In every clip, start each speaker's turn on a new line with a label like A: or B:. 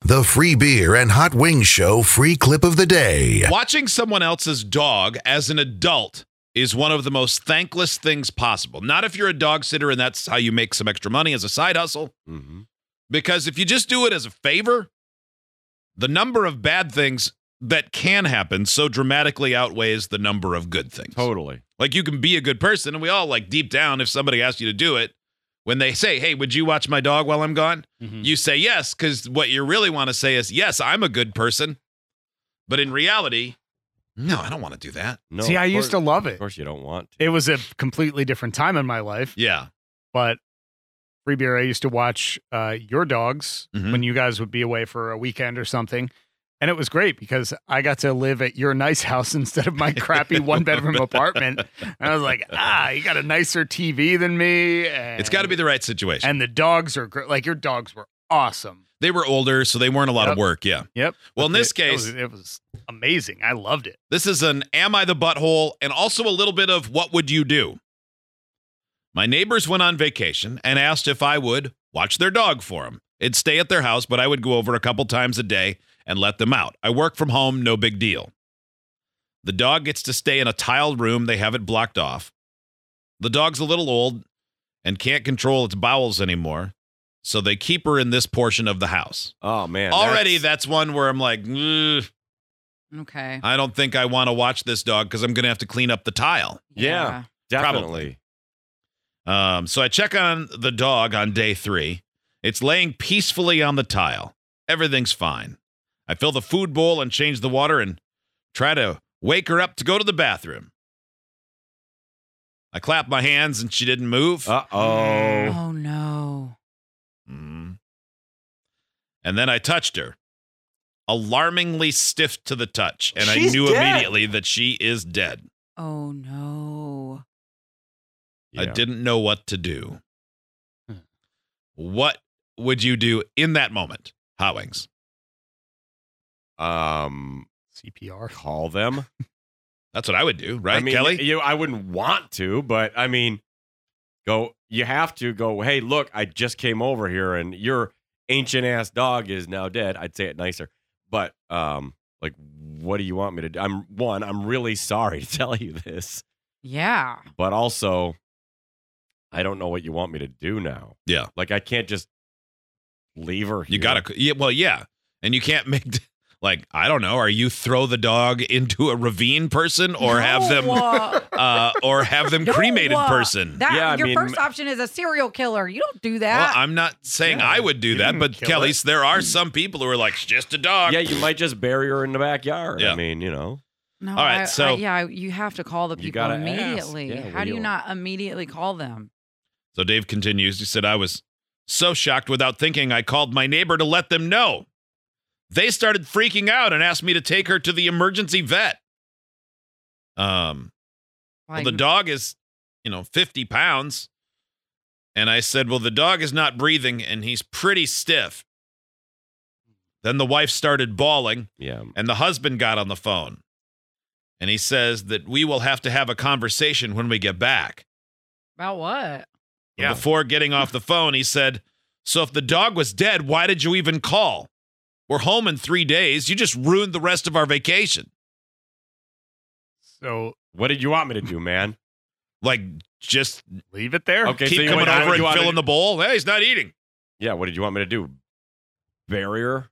A: The free beer and hot wings show free clip of the day.
B: Watching someone else's dog as an adult is one of the most thankless things possible. Not if you're a dog sitter and that's how you make some extra money as a side hustle,
C: Mm-hmm.
B: because if you just do it as a favor, the number of bad things that can happen so dramatically outweighs the number of good things.
C: Totally.
B: Like you can be a good person, and we all like deep down, if somebody asks you to do it, when they say, Hey, would you watch my dog while I'm gone?
D: Mm-hmm.
B: You say yes, because what you really want to say is, Yes, I'm a good person. But in reality, no, I don't want to do that.
C: No,
D: See,
C: of
D: I used to
C: course-
D: love
C: Of
D: it.
C: course, you don't want to.
D: It was a completely different time in my life,
B: Yeah.
D: but free beer. I used to watch uh, your dogs
B: Mhm.
D: when you guys would be away for a weekend or something. And it was great because I got to live at your nice house instead of my crappy one bedroom apartment. And I was like, ah, you got a nicer TV than me. And,
B: It's got to be the right situation.
D: And the dogs are great. Like your dogs were awesome.
B: they were older, so they weren't a lot
D: Yep.
B: of work. Yeah.
D: Yep.
B: Well, in
D: But
B: this
D: it- it
B: case-
D: was- it was amazing. I loved it.
B: This is an Am I the Butthole? and also a little bit of What Would You Do? My neighbors went on vacation and asked if I would watch their dog for them. It'd stay at their house, but I would go over a couple times a day and let them out. I work from home, no big deal. The dog gets to stay in a tiled room, they have it blocked off. The dog's a little old and can't control its bowels anymore, so they keep her in this portion of the house.
C: Oh man.
B: Already,
C: that's-
B: that's one where I'm like, "Ugh."
E: Okay.
B: I don't think I want to watch this dog because I'm going to have to clean up the tile.
C: Yeah. definitely.
B: Um, so I check on the dog on day three. It's laying peacefully on the tile. Everything's fine. I fill the food bowl and change the water and try to wake her up to go to the bathroom. I clap my hands and she didn't move.
C: Uh oh.
E: Oh no.
B: Mm. And then I touched her. Alarmingly stiff to the touch, and I
C: She's
B: knew
C: dead.
B: immediately that she is dead.
E: Oh no.
B: I
C: Yeah.
B: didn't know what to do. What would you do in that moment, Howings?
C: Um,
D: CPR.
C: call them.
B: That's what I would do, right,
C: I mean,
B: Kelly?
C: You, I wouldn't want to, but I mean, go. You have to go. Hey, look, I just came over here, and your ancient ass dog is now dead. I'd say it nicer, but um, like, what do you want me to do? I'm one. I'm really sorry to tell you this,
E: Yeah.
C: but also, I don't know what you want me to do now.
B: Yeah.
C: like I can't just leave her.
B: you
C: here.
B: gotta, yeah, well, yeah, and you can't make like I don't know. Are you throw the dog into a ravine, person, or have them,
E: No, uh,
B: uh, or have them
E: no,
B: cremated,
E: uh,
B: person?
E: That,
C: Yeah, I
E: your
C: mean-
E: first option is a serial killer. You don't do
B: well,
E: that.
B: I'm not saying
D: Yeah,
B: I would do
D: you
B: that,
D: didn't
B: but
D: kill
B: Kelly's. There are some people who are like, "It's just a dog.
C: Yeah, you might just bury her in the backyard.
B: Yeah.
C: I mean, you know,
E: no,
B: all right,
E: I- I-
B: so-
E: yeah, you have to call the
C: You
E: people
C: gotta ask.
E: immediately.
C: Yeah, what
E: How
C: do
E: do
C: you
E: you
C: want?
E: not immediately call them?
B: So Dave continues. He said, I was so shocked without thinking, I called my neighbor to let them know. They started freaking out and asked me to take her to the emergency vet. Um, well,
E: Like,
B: the dog is, you know, 50 pounds. And I said, Well, the dog is not breathing and he's pretty stiff. Then the wife started bawling.
C: yeah.
B: And the husband got on the phone. And he says that we will have to have a conversation when we get back.
E: about what?
B: But
C: Yeah.
B: Before getting off the phone, he said, So if the dog was dead, why did you even call? We're home in three days. You just ruined the rest of our vacation.
D: So
C: What did you want me to do, man?
B: Like, just
D: leave it there.
C: Okay,
B: keep
C: so you
B: coming
C: want-
B: over
C: you
B: and
C: want me
B: filling the
C: to-
B: bowl. Hey, he's not eating.
C: Yeah, what did you want me to do? Bury her?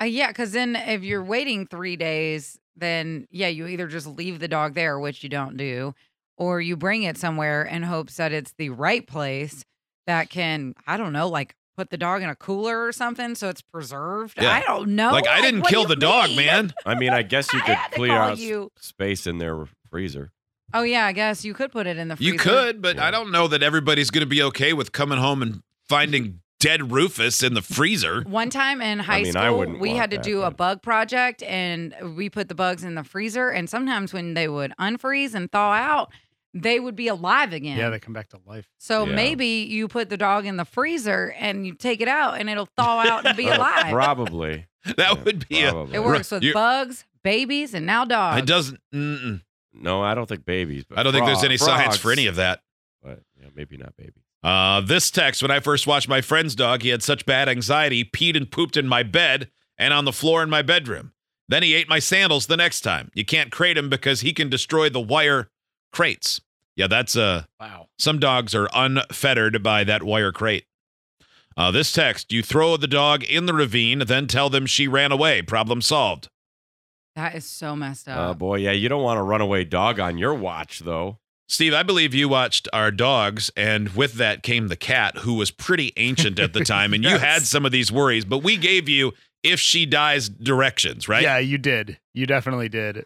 E: Uh, yeah, because then if you're waiting three days, then yeah, you either just leave the dog there, which you don't do, or you bring it somewhere in hopes that it's the right place that can, I don't know, like put the dog in a cooler or something so it's preserved.
B: Yeah.
E: I don't know.
B: like, I didn't
E: Oh, what do
B: kill
E: you
B: the dog,
E: mean?
B: man.
C: I mean, I guess you
E: I
C: could
E: had to
C: clear
E: call
C: out s-
E: you.
C: space in their freezer.
E: Oh yeah, I guess you could put it in the freezer.
B: You could, but
C: Yeah.
B: I don't know that everybody's going to be okay with coming home and finding dead Rufus in the freezer.
E: One time in high
C: mean,
E: school,
C: I wouldn't
E: we
C: want
E: had to
C: that,
E: do a
C: but-
E: bug project and we put the bugs in the freezer. And sometimes when they would unfreeze and thaw out, they would be alive again.
D: Yeah, they come back to life.
E: so
C: Yeah.
E: maybe you put the dog in the freezer and you take it out and it'll thaw out and be alive.
C: Oh, Probably.
B: That
C: Yeah,
B: would be a.
C: probably.
E: it works with
B: You-
E: bugs, babies, and now dogs.
B: It doesn't. Mm-mm.
C: No, I don't think babies. But
B: I don't think there's
C: frog-
B: any science for
C: frogs.
B: any of that.
C: But yeah, maybe not babies.
B: Uh, this text when I first watched my friend's dog, he had such bad anxiety, peed and pooped in my bed and on the floor in my bedroom. Then he ate my sandals the next time. You can't crate him because he can destroy the wire crates. Yeah, that's uh
D: Wow.
B: some dogs are unfettered by that wire crate. Uh, this text you throw the dog in the ravine, then tell them she ran away. Problem solved.
E: That is so messed
C: Oh
E: up.
C: boy, yeah, you don't want a runaway dog on your watch though.
B: Steve, I believe you watched our dogs, and with that came the cat, who was pretty ancient at the time, and you
D: Yes.
B: had some of these worries, but we gave you if she dies directions, right?
D: Yeah, you did. You definitely did.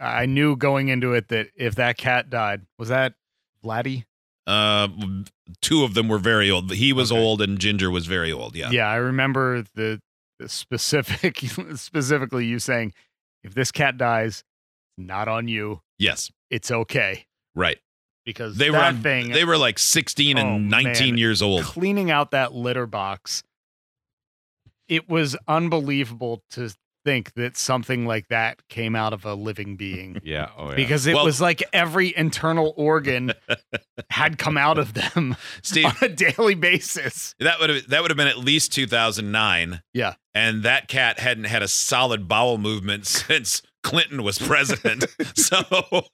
D: I knew going into it that if that cat died, was that Vladdy?
B: Uh, two of them were very old. He was
D: Okay.
B: old, and Ginger was very old. Yeah.
D: I remember the, the specific, specifically you saying, if this cat dies, not on you.
B: Yes.
D: It's okay
B: Right.
D: because
B: They
D: that
B: were on-
D: thing
B: They were like 16
D: Oh,
B: and 19
D: man.
B: years old.
D: cleaning out that litter box. It was unbelievable to think that something like that came out of a living being.
C: Yeah, oh yeah.
D: Because it
B: Well-
D: was like every internal organ had come out of them.
B: Steve,
D: on a daily basis.
B: That would have that would have been at least 2009.
D: Yeah.
B: And that cat hadn't had a solid bowel movement since Clinton was president. so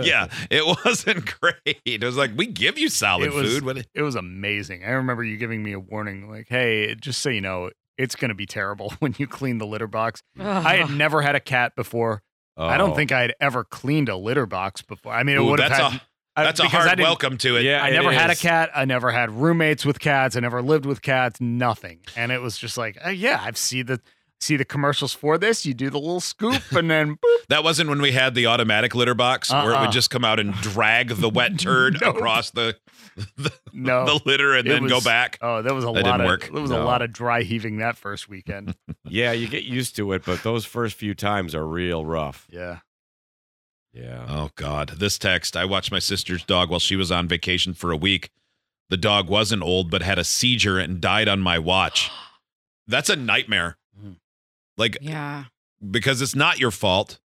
B: yeah, it wasn't great. It was like we give you solid
D: It was-
B: food. What-
D: It was amazing. I remember you giving me a warning, like, "Hey, just so you know, it's going to be terrible when you clean the litter box." I had
E: Ugh.
D: never had a cat before. I
C: Oh.
D: don't think I had ever cleaned a litter box before. I mean, it
B: Ooh,
D: would have
B: that's
D: had.
B: a
D: I-
B: that's a
D: because I
B: hard
D: didn't-
B: welcome to it.
C: Yeah,
D: I
C: it
D: never had a
C: is.
D: cat. I never had roommates with cats. I never lived with cats. Nothing. And it was just like, uh, yeah, I've seen the see the commercials for this. You do the little scoop, and then boop.
B: That wasn't when we had the automatic litter box where it
D: Uh-uh.
B: would just come out and drag the wet turd
D: Nope.
B: across the
D: no.
B: the litter and
D: It
B: then go
D: was-
B: back.
D: oh, that was a
B: That
D: lot
B: didn't
D: of
B: work.
D: it was a
C: No.
D: lot of dry heaving that first weekend.
C: Yeah, you get used to it, but those first few times are real rough.
D: yeah.
C: Yeah.
B: Oh God! This text: I watched my sister's dog while she was on vacation for a week. The dog wasn't old, but had a seizure and died on my watch. That's a nightmare.
D: Mhm.
B: Like
E: Yeah.
B: because it's not your fault,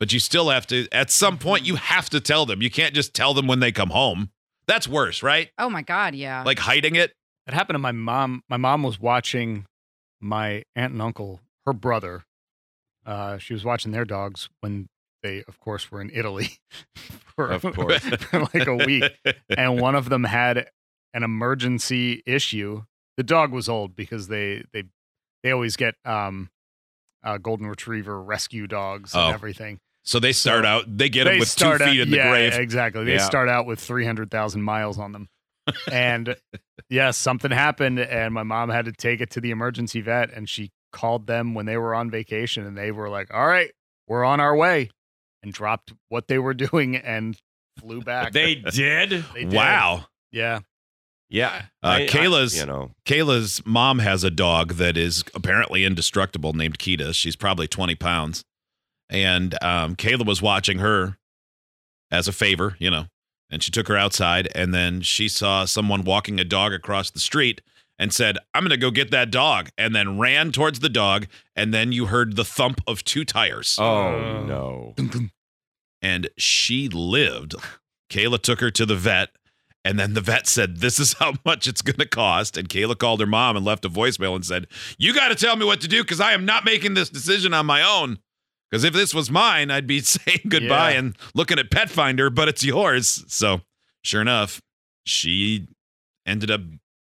B: but you still have to. At some point,
D: Mm-hmm.
B: you have to tell them. You can't just tell them when they come home. That's worse, right?
E: Oh my God. Yeah.
B: Like hiding it.
D: It happened to my mom. My mom was watching my aunt and uncle, her brother. Uh, she was watching their dogs when they, of course, were in Italy for,
C: Of course.
D: for like a week. And one of them had an emergency issue. The dog was old because they they they always get um, uh, golden retriever rescue dogs
B: Oh.
D: and everything.
B: so they start
D: So
B: out. They get
D: they
B: him with two
D: start
B: feet
D: out,
B: in the
D: yeah,
B: grave.
D: Exactly. They
C: Yeah.
D: start out with 300,000 miles on them. And yes, something happened, and my mom had to take it to the emergency vet, and she called them when they were on vacation, and they were like, All right, we're on our way, and dropped what they were doing and flew back.
C: They did?
D: They did.
B: wow.
D: Yeah.
C: Yeah.
B: Uh,
C: I- I-
B: Kayla's-
C: you know.
B: Kayla's mom has a dog that is apparently indestructible named Kita. She's probably 20 pounds. And um, Kayla was watching her as a favor, you know, and she took her outside. And then she saw someone walking a dog across the street and said, I'm going to go get that dog. And then ran towards the dog. And then you heard the thump of two tires.
D: Uh,
C: Oh no.
B: And she lived. Kayla took her to the vet. And then the vet said, This is how much it's going to cost. And Kayla called her mom and left a voicemail and said, You got to tell me what to do because I am not making this decision on my own. Because if this was mine, I'd be saying goodbye
D: Yeah.
B: and looking at Pet Finder, but it's yours. So sure enough, she ended up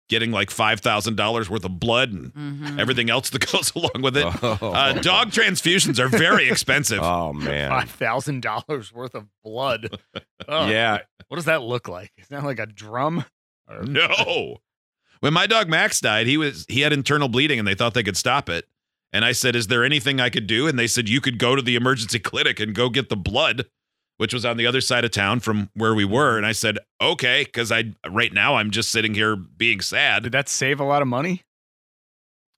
B: getting like $5,000 worth of blood and
E: Mhm.
B: everything else that goes along with it.
C: oh.
B: Uh, dog transfusions are very expensive.
C: Oh man.
D: $5,000 worth of blood. Ugh.
C: Yeah.
D: What does that look like? Is that like a drum? Or-
B: No. When my dog Max died, he was he had internal bleeding and they thought they could stop it. And I said, "Is there anything I could do?" And they said, "You could go to the emergency clinic and go get the blood." Which was on the other side of town from where we were, and I said, "Okay," because I right now I'm just sitting here being
D: Did
B: sad.
D: that save a lot of money?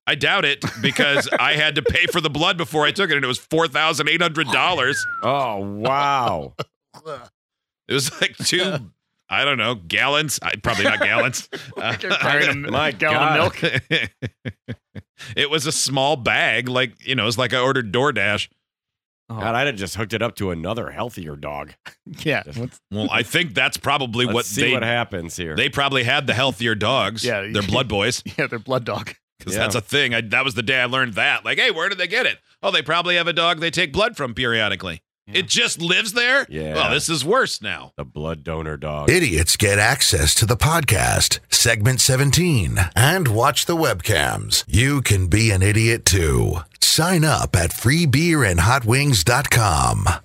B: I doubt it because I had to pay for the blood before I took it, and it was four thousand eight hundred dollars.
C: Oh wow.
D: Oh. Ugh.
B: It was like two, I don't know, gallons. I, probably not gallons. Uh,
D: You're carrying a
C: My
D: gallon of
C: God.
D: milk.
B: it was a small bag, like you know, it's like I ordered DoorDash.
D: Oh,
C: God, I'd have just hooked it up to another healthier dog.
D: yeah.
C: Just-
D: What's-
B: Well, I think that's probably
C: Let's
B: what
C: see
B: they
C: what happens here.
B: they probably had the healthier dogs.
D: Yeah.
B: they're blood boys
D: yeah, they're blood dog.
B: because
C: Yeah.
B: that's a thing. I, that was the day I learned that. Like, hey, where did they get it? Oh, they probably have a dog they take blood from periodically.
D: Yeah.
B: It just lives there.
C: Yeah.
B: Well, this is worse now.
C: the blood donor dog.
A: Idiots get access to the podcast, segment 17, and watch the webcams. You can be an idiot too. Sign up at freebeerandhotwings.com.